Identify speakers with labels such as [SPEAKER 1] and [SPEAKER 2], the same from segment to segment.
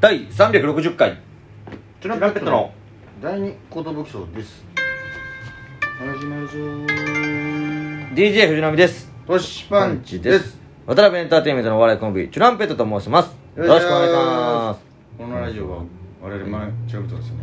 [SPEAKER 1] 第360回トランペットの
[SPEAKER 2] 第二コートショーです始まるぞー
[SPEAKER 1] DJ 藤波です
[SPEAKER 2] トシパンチです
[SPEAKER 1] 渡辺エンターテインメントのお笑いコンビトランペットと申しますよろしくお願いします
[SPEAKER 2] このラジオは我々毎日ラブとですね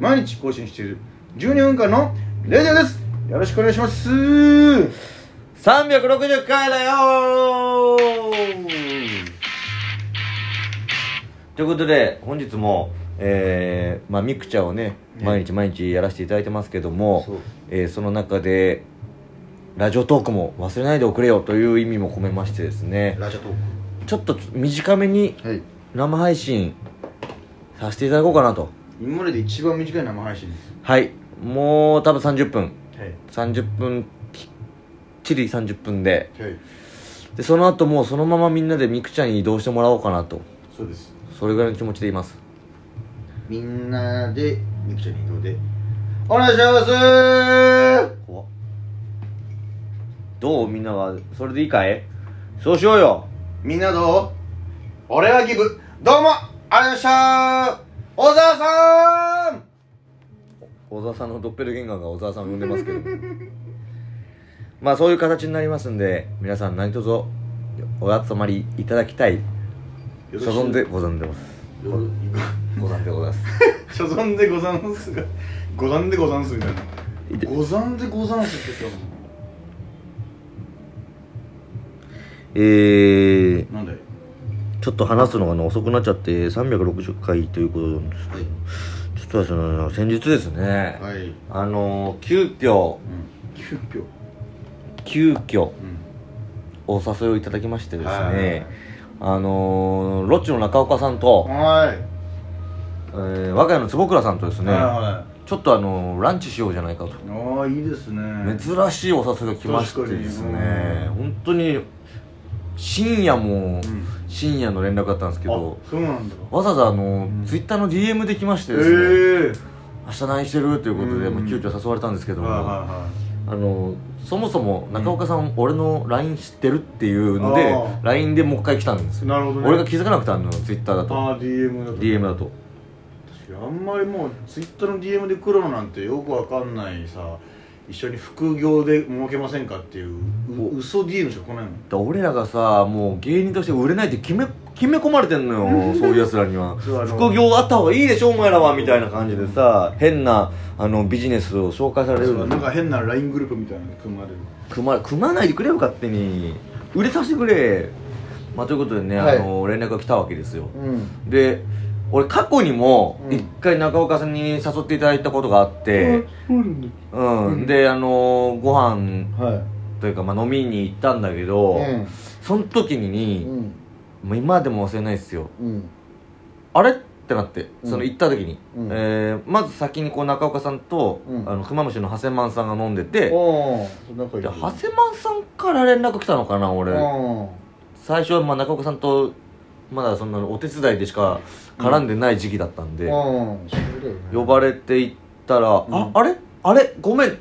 [SPEAKER 2] 毎日更新している12分間のレディオですよろしくお願いします
[SPEAKER 1] 360回だよーということで本日もえー、まあミクチャをね
[SPEAKER 2] ね
[SPEAKER 1] 毎日毎日やらせていただいてますけども
[SPEAKER 2] そう
[SPEAKER 1] えーその中でラジオトークも忘れないでおくれよという意味も込めましてですね
[SPEAKER 2] ラジオトー
[SPEAKER 1] ちょっと短めに
[SPEAKER 2] クはい
[SPEAKER 1] 生配信させていただこうかなと
[SPEAKER 2] 今までで一番短い生配信です
[SPEAKER 1] はいもう多分30分
[SPEAKER 2] はい
[SPEAKER 1] 30分きっちり30分で
[SPEAKER 2] はい
[SPEAKER 1] でその後もうそのままみんなでミクちゃんに移動してもらおうかなと
[SPEAKER 2] そうです
[SPEAKER 1] それぐらいの気持ちでいます
[SPEAKER 2] みんなでミクちゃんに移動でお願いします
[SPEAKER 1] 怖っどうみんなはそれでいいかいそうしようよ
[SPEAKER 2] みんなどう俺はギブどうもありがとうございました小沢さん
[SPEAKER 1] 小沢さんのドッペルゲンガーが小沢さんを呼んでます けどまあそういう形になりますんで皆さん何卒お集まりいただきたい所存でござんでます
[SPEAKER 2] よろ
[SPEAKER 1] ござんでございます
[SPEAKER 2] 所存でござんすがござんでござんすみたいなござんでござんすって言って
[SPEAKER 1] えー、
[SPEAKER 2] たもんなんで
[SPEAKER 1] ちょっと話すのがね遅くなっちゃって360回ということなんです
[SPEAKER 2] は
[SPEAKER 1] ちょっとその先日ですね、
[SPEAKER 2] いはい
[SPEAKER 1] あの急遽
[SPEAKER 2] 9票
[SPEAKER 1] 急遽
[SPEAKER 2] うん
[SPEAKER 1] お誘いをいただきましてです
[SPEAKER 2] はいはいはい
[SPEAKER 1] ねあのロッチの中岡さんと、
[SPEAKER 2] はい
[SPEAKER 1] えー我が家の坪倉さんとですね、
[SPEAKER 2] は
[SPEAKER 1] ちょっとあのランチしようじゃないかと
[SPEAKER 2] いはいああいいですね
[SPEAKER 1] 珍しいお誘いが来ましてですね本当に深夜も
[SPEAKER 2] うん
[SPEAKER 1] 深夜の連絡だったんですけ
[SPEAKER 2] あ
[SPEAKER 1] ど、
[SPEAKER 2] そうなんだ
[SPEAKER 1] わざわざあの、
[SPEAKER 2] ん
[SPEAKER 1] ツイッターの DM で来まして
[SPEAKER 2] ええ
[SPEAKER 1] ですね、
[SPEAKER 2] ー
[SPEAKER 1] 明日何してるということで、
[SPEAKER 2] うん
[SPEAKER 1] まあ、急遽誘われたんですけども、
[SPEAKER 2] はいは
[SPEAKER 1] あのそもそも中岡さん、俺の LINE 知ってるっていうので
[SPEAKER 2] あー
[SPEAKER 1] LINE でもう一回来たんです
[SPEAKER 2] いはい
[SPEAKER 1] よ、
[SPEAKER 2] なるほどね
[SPEAKER 1] 俺が気づかなくてあの Twitter だと
[SPEAKER 2] ああ DM だと
[SPEAKER 1] DM だと
[SPEAKER 2] あんまりもうツイッターの DM で来るのなんてよくわかんないさ一緒に副業で儲けませんかっていうう嘘 DM しか来ないもん
[SPEAKER 1] だ俺らがさもう芸人として売れないって決め決め込まれてんのよそういうやつらには
[SPEAKER 2] そうあの
[SPEAKER 1] 副業あった方がいいでしょお前らはみたいな感じでさ変なあのビジネスを紹介されるの
[SPEAKER 2] なんか変な LINE グループみたいなの組まれる
[SPEAKER 1] 組ま組まないでくれよ勝手に売れさせてくれまあということでね、
[SPEAKER 2] はい
[SPEAKER 1] あの連絡が来たわけですよ、
[SPEAKER 2] うん
[SPEAKER 1] で俺過去にも
[SPEAKER 2] うん
[SPEAKER 1] 一回中岡さんに誘っていただいたことがあって、
[SPEAKER 2] そうなんだ
[SPEAKER 1] うん
[SPEAKER 2] うん
[SPEAKER 1] であのーご飯
[SPEAKER 2] は
[SPEAKER 1] というか、まあ、飲みに行ったんだけど、その時
[SPEAKER 2] い
[SPEAKER 1] に、
[SPEAKER 2] ん
[SPEAKER 1] もう今でも忘れないですよ
[SPEAKER 2] うん
[SPEAKER 1] あれってなってその
[SPEAKER 2] うん
[SPEAKER 1] 行った時に、
[SPEAKER 2] うん
[SPEAKER 1] えーまず先にこう中岡さんと、
[SPEAKER 2] うん
[SPEAKER 1] あの熊虫の長谷マさんが飲んでて、
[SPEAKER 2] お仲
[SPEAKER 1] で長谷マさんから連絡来たのかな俺、最初はまあ中岡さんとまだそんなお手伝いでしか絡んでない時期だったんで、
[SPEAKER 2] うんそうだよね
[SPEAKER 1] 呼ばれて行ったら「あ
[SPEAKER 2] うん
[SPEAKER 1] あれあれごめん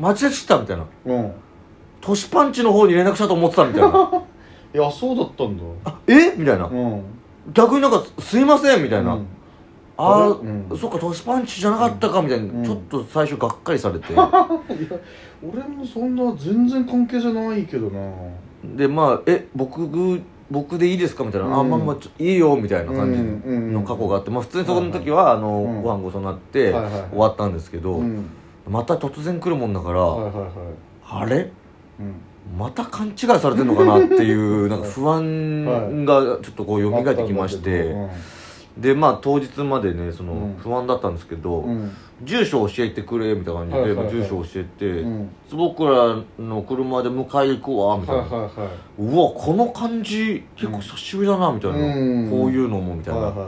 [SPEAKER 1] 間違えちゃった」みたいな
[SPEAKER 2] うん
[SPEAKER 1] 「トシパンチの方に連絡したと思ってた」みたい な
[SPEAKER 2] いやそうだったんだ
[SPEAKER 1] あ「えみたいな
[SPEAKER 2] うん
[SPEAKER 1] 逆になんか「すいません」みたいな「
[SPEAKER 2] うん
[SPEAKER 1] ああ、
[SPEAKER 2] うん
[SPEAKER 1] そっかトシパンチじゃなかったか」みたいな、
[SPEAKER 2] うん
[SPEAKER 1] ちょっと最初がっかりされて
[SPEAKER 2] いや俺もそんな全然関係じゃないけどな
[SPEAKER 1] でまあ「え僕僕でいいですか?」みたいな「あ
[SPEAKER 2] うん
[SPEAKER 1] まあまあちょいいよ」みたいな感じ
[SPEAKER 2] うんうん
[SPEAKER 1] の過去があって、まあ、普通にそこの時は、あの
[SPEAKER 2] うん
[SPEAKER 1] ご飯ごちそうになって、
[SPEAKER 2] はいはいはい
[SPEAKER 1] 終わったんですけど、
[SPEAKER 2] うん
[SPEAKER 1] また突然来るもんだから、
[SPEAKER 2] はいはいはい
[SPEAKER 1] あれ
[SPEAKER 2] うん
[SPEAKER 1] また勘違いされてるのかなっていう なんか不安がちょっとこう蘇ってきまして、でまあ当日までねそ
[SPEAKER 2] うん
[SPEAKER 1] の不安だったんですけど、
[SPEAKER 2] うん
[SPEAKER 1] 住所教えてくれみたいな感じで、
[SPEAKER 2] はいはいはい
[SPEAKER 1] 住所教えて、
[SPEAKER 2] うん
[SPEAKER 1] 坪倉の車で迎え行くわみ
[SPEAKER 2] は
[SPEAKER 1] た
[SPEAKER 2] い
[SPEAKER 1] い
[SPEAKER 2] は
[SPEAKER 1] な、
[SPEAKER 2] いは
[SPEAKER 1] うわこの感じ結構久しぶりだなみたいな、
[SPEAKER 2] うん
[SPEAKER 1] こういうのもみ
[SPEAKER 2] い
[SPEAKER 1] たいな、
[SPEAKER 2] はい
[SPEAKER 1] っ
[SPEAKER 2] は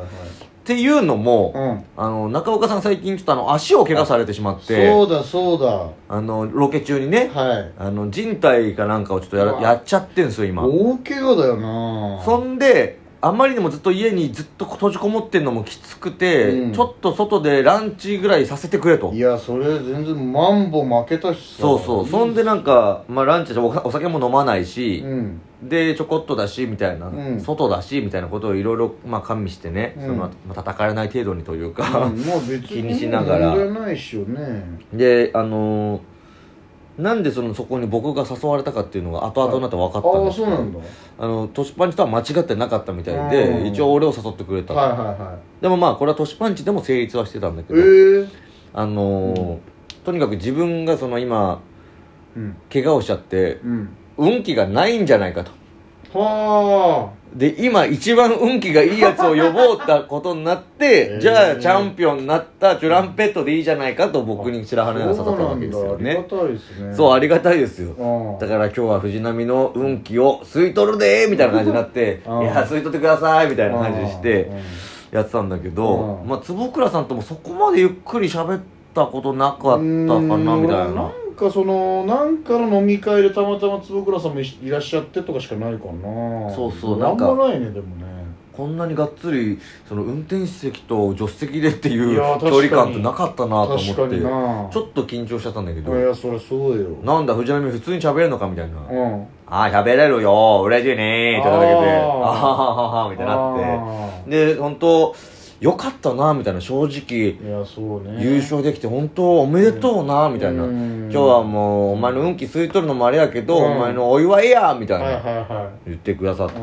[SPEAKER 1] ていうのも、
[SPEAKER 2] いはい
[SPEAKER 1] あの中岡さん最近ちょっとあの足を怪我されてしまって
[SPEAKER 2] そうだそうだ
[SPEAKER 1] あのロケ中にね
[SPEAKER 2] はい
[SPEAKER 1] あの人体かなんかをちょっとやら
[SPEAKER 2] うわ
[SPEAKER 1] やっちゃってんすよ今
[SPEAKER 2] 大怪我だよな
[SPEAKER 1] そんであんまりにもずっと家にずっと閉じこもってんのもきつくて、
[SPEAKER 2] うん
[SPEAKER 1] ちょっと外でランチぐらいさせてくれと
[SPEAKER 2] いやそれ全然マンボ負けたしさ
[SPEAKER 1] そうそうそんでなんか、まあ、ランチでおお酒も飲まないし、
[SPEAKER 2] うん
[SPEAKER 1] でちょこっとだしみたいな、
[SPEAKER 2] うん
[SPEAKER 1] 外だしみたいなことをいろいろまあ加味してね、
[SPEAKER 2] うん
[SPEAKER 1] そのまあ叩かれない程度にという
[SPEAKER 2] まあ
[SPEAKER 1] か、
[SPEAKER 2] 別
[SPEAKER 1] 気
[SPEAKER 2] に
[SPEAKER 1] にしながら
[SPEAKER 2] 問題ないっしよね
[SPEAKER 1] であのーなんでそのそこに僕が誘われたかっていうのが後々になって分か
[SPEAKER 2] あ
[SPEAKER 1] ったん
[SPEAKER 2] あ
[SPEAKER 1] ですけ
[SPEAKER 2] そう
[SPEAKER 1] ど、
[SPEAKER 2] なんだ
[SPEAKER 1] あのトシパンチとは間違ってなかったみたい
[SPEAKER 2] うん
[SPEAKER 1] で一応俺を誘ってくれた、
[SPEAKER 2] はいはいはい
[SPEAKER 1] でもまあこれはトシパンチでも成立はしてたんだけ
[SPEAKER 2] え
[SPEAKER 1] ど、
[SPEAKER 2] え
[SPEAKER 1] あのーとにかく自分がその今
[SPEAKER 2] うん
[SPEAKER 1] 怪我をしちゃって
[SPEAKER 2] うん
[SPEAKER 1] 運気がないんじゃないかと
[SPEAKER 2] は
[SPEAKER 1] で今一番運気がいいやつを呼ぼうったことになって、
[SPEAKER 2] えー
[SPEAKER 1] じゃあチャンピオンになったチュランペットでいいじゃないかと僕に白
[SPEAKER 2] あ
[SPEAKER 1] 羽の矢が刺さったわけですよ
[SPEAKER 2] そうなんだあり
[SPEAKER 1] ね
[SPEAKER 2] がたいですね
[SPEAKER 1] そう
[SPEAKER 2] う
[SPEAKER 1] ありがたいですよ
[SPEAKER 2] あ
[SPEAKER 1] だから今日は藤波の運気を吸い取るでーみたいな感じになって「い
[SPEAKER 2] うん
[SPEAKER 1] や吸い取ってください」みたいな感じにして
[SPEAKER 2] うん
[SPEAKER 1] やってたんだけど
[SPEAKER 2] うん
[SPEAKER 1] まあ坪倉さんともそこまでゆっくり喋ったことなかったか
[SPEAKER 2] う
[SPEAKER 1] な
[SPEAKER 2] ーん
[SPEAKER 1] みた
[SPEAKER 2] 俺
[SPEAKER 1] いな
[SPEAKER 2] なんかそのなんかの飲み会でたまたま坪倉さんもいいらっしゃってとかしかないかな
[SPEAKER 1] そうそう
[SPEAKER 2] 俺あん
[SPEAKER 1] なん
[SPEAKER 2] まないねでもね
[SPEAKER 1] こんなにがっつりその運転手席と助手席でってい
[SPEAKER 2] いうや確か
[SPEAKER 1] 距
[SPEAKER 2] に
[SPEAKER 1] 離感ってなかったなと思
[SPEAKER 2] 確か
[SPEAKER 1] って
[SPEAKER 2] に
[SPEAKER 1] ち
[SPEAKER 2] な
[SPEAKER 1] ょっと緊張しちゃったんだけど
[SPEAKER 2] いやそりゃそうよ
[SPEAKER 1] なんだ藤波普通に喋れるのかみたいな
[SPEAKER 2] うん
[SPEAKER 1] ああ喋れるよ嬉しいねーってなだけで
[SPEAKER 2] あ
[SPEAKER 1] あ
[SPEAKER 2] ー
[SPEAKER 1] はははみたいになってで本当よかったなみたいな正直
[SPEAKER 2] ていやそうね
[SPEAKER 1] 優勝できて本当おめでとうなみたいな
[SPEAKER 2] うん
[SPEAKER 1] 今日はもうお前の運気吸い取るのもあれやけど
[SPEAKER 2] うん
[SPEAKER 1] お前のお祝いやみたい
[SPEAKER 2] はいはい
[SPEAKER 1] な
[SPEAKER 2] は
[SPEAKER 1] 言ってくださっ
[SPEAKER 2] い
[SPEAKER 1] て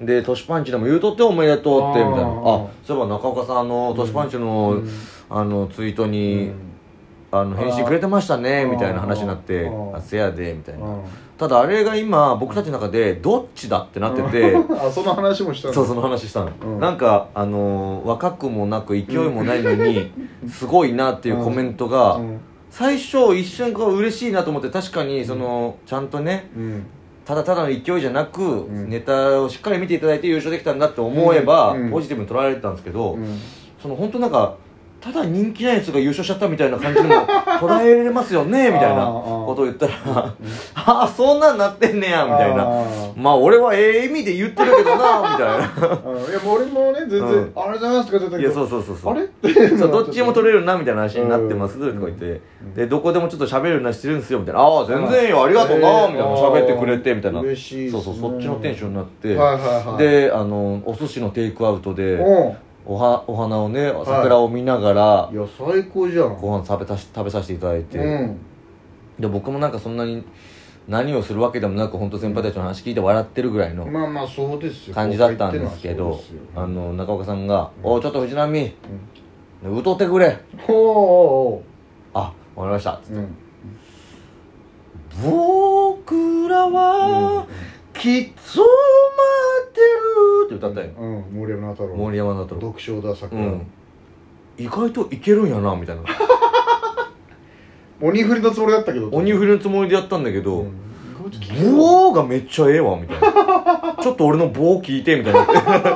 [SPEAKER 2] うん
[SPEAKER 1] で「トシパンチでも言うとっておめでとう」ってみたいな
[SPEAKER 2] あー
[SPEAKER 1] あそういえば中岡さんあの「トシパンチの
[SPEAKER 2] うん
[SPEAKER 1] あのツイート
[SPEAKER 2] う
[SPEAKER 1] に
[SPEAKER 2] ん
[SPEAKER 1] あの返信くれてましたね」
[SPEAKER 2] あー
[SPEAKER 1] みたいな話になって「
[SPEAKER 2] あー
[SPEAKER 1] あせやで」みたいな
[SPEAKER 2] うん
[SPEAKER 1] ただあれが今僕たちの中でどっちだってなってて
[SPEAKER 2] あその話もした の
[SPEAKER 1] そうその話したの、
[SPEAKER 2] うん
[SPEAKER 1] なんかあのー若くもなく勢いもないの に、すごいなっていうコメントが、
[SPEAKER 2] うん
[SPEAKER 1] 最初一瞬こう嬉しいなと思って確かにその、ちゃんとね
[SPEAKER 2] うん
[SPEAKER 1] ただただの勢いじゃなく、
[SPEAKER 2] ん
[SPEAKER 1] ネタをしっかり見ていただいて優勝できたんだって思えば、
[SPEAKER 2] うんうん
[SPEAKER 1] ポジティブに捉えられてたんですけど、
[SPEAKER 2] うん
[SPEAKER 1] その本当なんかただ人気ないやつが優勝しちゃったみたいな感じにも 捉えられますよねみたいな
[SPEAKER 2] あーあー
[SPEAKER 1] ことを言ったら「 ああそんなんなってんねや」みたいな。
[SPEAKER 2] あ
[SPEAKER 1] まあ俺はええ意味で言ってるけどなみたい
[SPEAKER 2] ーうんいやもう俺もね全然
[SPEAKER 1] うん
[SPEAKER 2] あれじゃないですか出て
[SPEAKER 1] な
[SPEAKER 2] く
[SPEAKER 1] い
[SPEAKER 2] る
[SPEAKER 1] やそうそうそうそう
[SPEAKER 2] あれって
[SPEAKER 1] そうどっちも取
[SPEAKER 2] れ
[SPEAKER 1] れるなみたいな話になってます
[SPEAKER 2] う
[SPEAKER 1] と
[SPEAKER 2] ん
[SPEAKER 1] か言って
[SPEAKER 2] うん
[SPEAKER 1] でどこでもちょっと喋るようにしてるんですよみたいなああ全然よありがとう
[SPEAKER 2] え
[SPEAKER 1] な
[SPEAKER 2] ー
[SPEAKER 1] みたいな喋ってくれてみたいな
[SPEAKER 2] 嬉しいです
[SPEAKER 1] そう
[SPEAKER 2] ね
[SPEAKER 1] そうそっちのテンションになって
[SPEAKER 2] はいはいはい
[SPEAKER 1] であのお寿司のテイクアウトで
[SPEAKER 2] うん
[SPEAKER 1] おはお花をね桜を見ながら
[SPEAKER 2] いや最高じゃん
[SPEAKER 1] ご飯食べたし食べさせていただいて
[SPEAKER 2] うん
[SPEAKER 1] で僕もなんかそんなに何をするわけでもなく本当先輩たちの話聞いて笑ってるぐらいの
[SPEAKER 2] まあまあそうですよ
[SPEAKER 1] 感じだったんですけどあ
[SPEAKER 2] あ
[SPEAKER 1] の
[SPEAKER 2] の
[SPEAKER 1] 中岡さんが「おうちょっと藤波、うとってくれ
[SPEAKER 2] ほうお」
[SPEAKER 1] あわかりました
[SPEAKER 2] うおううん
[SPEAKER 1] 「僕らはきっと待ってる」って歌ったよ
[SPEAKER 2] うん森山直太郎
[SPEAKER 1] 森山だと
[SPEAKER 2] 読書だ
[SPEAKER 1] う
[SPEAKER 2] 桜、
[SPEAKER 1] ん意外といけるんやなみた いな
[SPEAKER 2] 鬼振りのつもりだったけど
[SPEAKER 1] 鬼
[SPEAKER 2] り
[SPEAKER 1] 振りのつもりでやったんだけど
[SPEAKER 2] うん
[SPEAKER 1] 「棒」がめっちゃええわみたい なちょっと俺の棒聞いてみたいな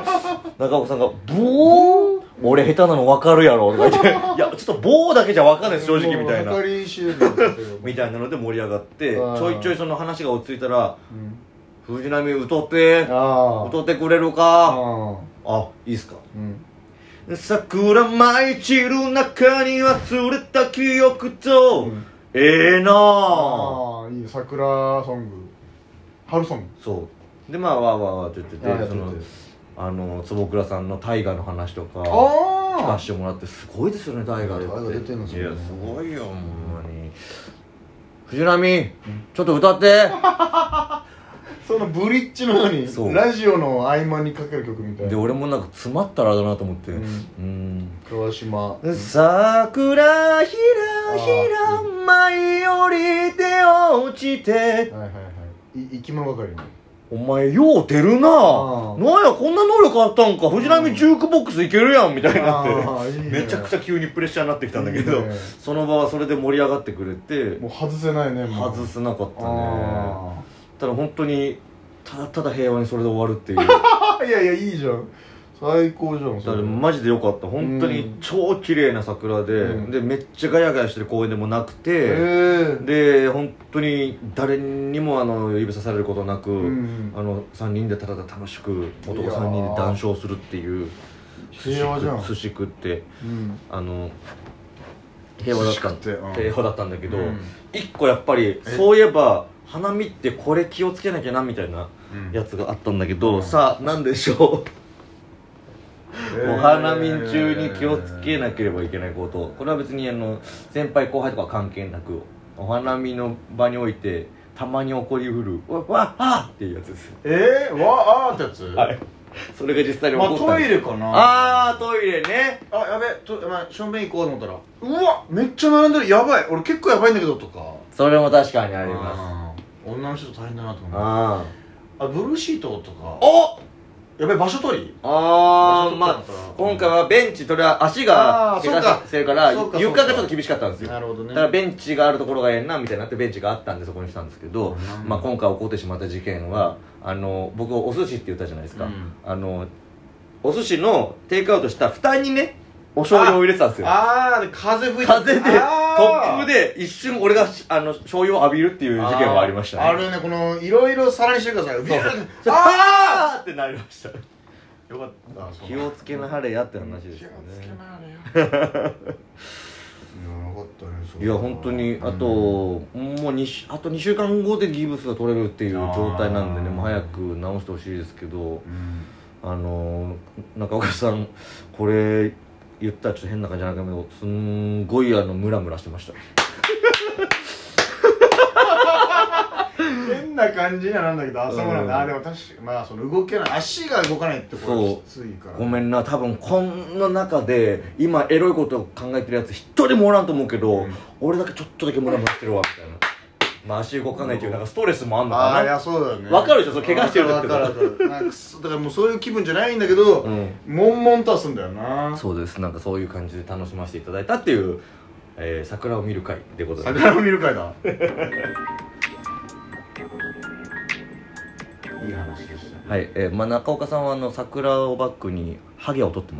[SPEAKER 1] 中岡さんが「棒俺下手なの分かるやろ」とか 言って「いやちょっと棒だけじゃ分かんないです正直」みたいな
[SPEAKER 2] もう計り知れないですけど
[SPEAKER 1] みたいなので盛り上がってち
[SPEAKER 2] あー
[SPEAKER 1] ょいちょいその話が落ち着いたら
[SPEAKER 2] う
[SPEAKER 1] 「
[SPEAKER 2] ん
[SPEAKER 1] 藤波歌って
[SPEAKER 2] あ
[SPEAKER 1] 歌ってくれる
[SPEAKER 2] あ
[SPEAKER 1] か?」
[SPEAKER 2] あ
[SPEAKER 1] あいいっすか
[SPEAKER 2] ーうん
[SPEAKER 1] 桜舞い散る中に忘れた記憶と、
[SPEAKER 2] うん
[SPEAKER 1] ええなあ
[SPEAKER 2] ああいいね桜ソング春ソン
[SPEAKER 1] そうでまあわーわーわーって
[SPEAKER 2] グ
[SPEAKER 1] 言っててそ
[SPEAKER 2] あ
[SPEAKER 1] のあ
[SPEAKER 2] ー
[SPEAKER 1] の坪倉さんの大河の話とか聞
[SPEAKER 2] あ
[SPEAKER 1] かせてもらってすごいですよね大河で
[SPEAKER 2] 大河出てんのす
[SPEAKER 1] い
[SPEAKER 2] ごいね
[SPEAKER 1] やすごいよほんまに藤波ちょっと歌って
[SPEAKER 2] そのブリッジのよ
[SPEAKER 1] そうう
[SPEAKER 2] にラジオの合間にかける曲みたい
[SPEAKER 1] で
[SPEAKER 2] な
[SPEAKER 1] 俺もなんか詰まったらだなと思って
[SPEAKER 2] うん
[SPEAKER 1] うん
[SPEAKER 2] 川島
[SPEAKER 1] 桜ひらひら舞い降りて落ちて
[SPEAKER 2] はいはいはいい生き物係の
[SPEAKER 1] お前よう出るな
[SPEAKER 2] あー
[SPEAKER 1] なんやこんな能力あったんか藤波ジュークボックスいけるやんみたいになって
[SPEAKER 2] あーいいね
[SPEAKER 1] めちゃくちゃ急にプレッシャーになってきたんだけど、
[SPEAKER 2] いいね
[SPEAKER 1] その場はそれで盛り上がってくれて
[SPEAKER 2] もう外せないねもう
[SPEAKER 1] 外せなかったね
[SPEAKER 2] あ
[SPEAKER 1] ただ本当にただただ平和にそれで終わるっていう
[SPEAKER 2] ーいやいやいいじゃん最高じゃん
[SPEAKER 1] だ
[SPEAKER 2] そ
[SPEAKER 1] か
[SPEAKER 2] れ
[SPEAKER 1] らマジでよかった本当に超綺麗な桜で、
[SPEAKER 2] うん
[SPEAKER 1] でめっちゃガヤガヤしてる公園でもなく
[SPEAKER 2] へ
[SPEAKER 1] て、
[SPEAKER 2] え
[SPEAKER 1] で本当に誰にもあの指さされることなく、
[SPEAKER 2] うん
[SPEAKER 1] あの3人でただ楽しく男
[SPEAKER 2] いやー
[SPEAKER 1] 3人で談笑するっていう寿司
[SPEAKER 2] 平和じゃん
[SPEAKER 1] 食寿司食って
[SPEAKER 2] うん
[SPEAKER 1] あの平和だった
[SPEAKER 2] 寿司食ってうん
[SPEAKER 1] 平和だったんだけど、
[SPEAKER 2] うん
[SPEAKER 1] 一個やっぱりそういえば花見ってこれ気をつけなきゃなみたいな
[SPEAKER 2] うん
[SPEAKER 1] やつがあったんだけど、
[SPEAKER 2] うん
[SPEAKER 1] さあ何でしょうお花見中に気をつけなけれ
[SPEAKER 2] ば
[SPEAKER 1] ばいけないことこれは別にあの先輩後輩とかは関係なくお花見の場においてたまに起こりうるわわあっていうやつです
[SPEAKER 2] えー、わあーってやつ
[SPEAKER 1] はいそれが実際に起
[SPEAKER 2] ま
[SPEAKER 1] こ
[SPEAKER 2] あ
[SPEAKER 1] った
[SPEAKER 2] トイレかなあ
[SPEAKER 1] ああートイレね
[SPEAKER 2] やべえと、まあ、正面行こうと思ったらうわめっちゃ並んでるやばい俺結構やばいんだけどとか
[SPEAKER 1] それも確かに
[SPEAKER 2] あ
[SPEAKER 1] あります
[SPEAKER 2] ー女の人大変だなと思う
[SPEAKER 1] あ
[SPEAKER 2] あブルーシートと
[SPEAKER 1] ー
[SPEAKER 2] か
[SPEAKER 1] お
[SPEAKER 2] やべえ場所取り
[SPEAKER 1] あ
[SPEAKER 2] 場
[SPEAKER 1] ー
[SPEAKER 2] 所取っ
[SPEAKER 1] ま
[SPEAKER 2] た
[SPEAKER 1] あ
[SPEAKER 2] のかな
[SPEAKER 1] 今回はベンチそれは足が
[SPEAKER 2] あー
[SPEAKER 1] 怪我
[SPEAKER 2] そうか
[SPEAKER 1] してるから
[SPEAKER 2] そうかそうか
[SPEAKER 1] 床がちょっと厳しかったんですよ
[SPEAKER 2] なるほどね
[SPEAKER 1] だからベンチがあるところがええなみたいになってベンチがあったんでそこにしたんですけど、
[SPEAKER 2] うん
[SPEAKER 1] まあ、今回起こってしまった事件はあの僕お寿司って言ったじゃないですか、
[SPEAKER 2] うん
[SPEAKER 1] あのお寿司のテイクアウトした蓋にねお醤油を入れてたんですよ
[SPEAKER 2] あーで風吹いて
[SPEAKER 1] 風で突
[SPEAKER 2] あー
[SPEAKER 1] 風で一瞬俺があの醤油を浴びるっていう事件はありましたね
[SPEAKER 2] あーあるねこのいろいろさらにしてくださいビュー
[SPEAKER 1] ちょあ
[SPEAKER 2] あ
[SPEAKER 1] ー ってなりました
[SPEAKER 2] ーよかった
[SPEAKER 1] 気をつけなはれやって話ですよね
[SPEAKER 2] 気をつけなはれよいやなか ったねそ
[SPEAKER 1] い
[SPEAKER 2] れ
[SPEAKER 1] や
[SPEAKER 2] は
[SPEAKER 1] 本当に
[SPEAKER 2] うん
[SPEAKER 1] あと、もう2しあと2週間後でギブスが取れるっていう状態なんでね
[SPEAKER 2] あー
[SPEAKER 1] もう早く直してほしいですけど
[SPEAKER 2] うん
[SPEAKER 1] あのー中岡さんこれ言ったらちょっと変な感じじゃないけどすんごいあのムラムラしてました
[SPEAKER 2] 変な感じにはなんだけど朝もなんだ、
[SPEAKER 1] うん
[SPEAKER 2] あでも確かまあその動けない足が動かないってことは
[SPEAKER 1] そう
[SPEAKER 2] きついから
[SPEAKER 1] ごめんな多分この中で今エロいことを考えてるやつ一人もおらんと思うけど、
[SPEAKER 2] うん
[SPEAKER 1] 俺だけちょっとだけムラムラしてるわみたいなまあ足動かないっていうなんかストレスもあんの
[SPEAKER 2] ああい
[SPEAKER 1] か
[SPEAKER 2] やそうだよね
[SPEAKER 1] わかるでしょその怪我してる時
[SPEAKER 2] わ
[SPEAKER 1] と
[SPEAKER 2] か
[SPEAKER 1] か
[SPEAKER 2] るわかるわかるなんかくそだからもうそういう気分じゃないんだけど、
[SPEAKER 1] なうん
[SPEAKER 2] 悶々とはすんだよな
[SPEAKER 1] そうですなんかそういう感じで楽しませていただいたっていう、えー桜を見る会でございます
[SPEAKER 2] 桜を見る 会だいい話でした
[SPEAKER 1] はい、えーまあ、中岡さんはあの桜をバックにハゲを取ってます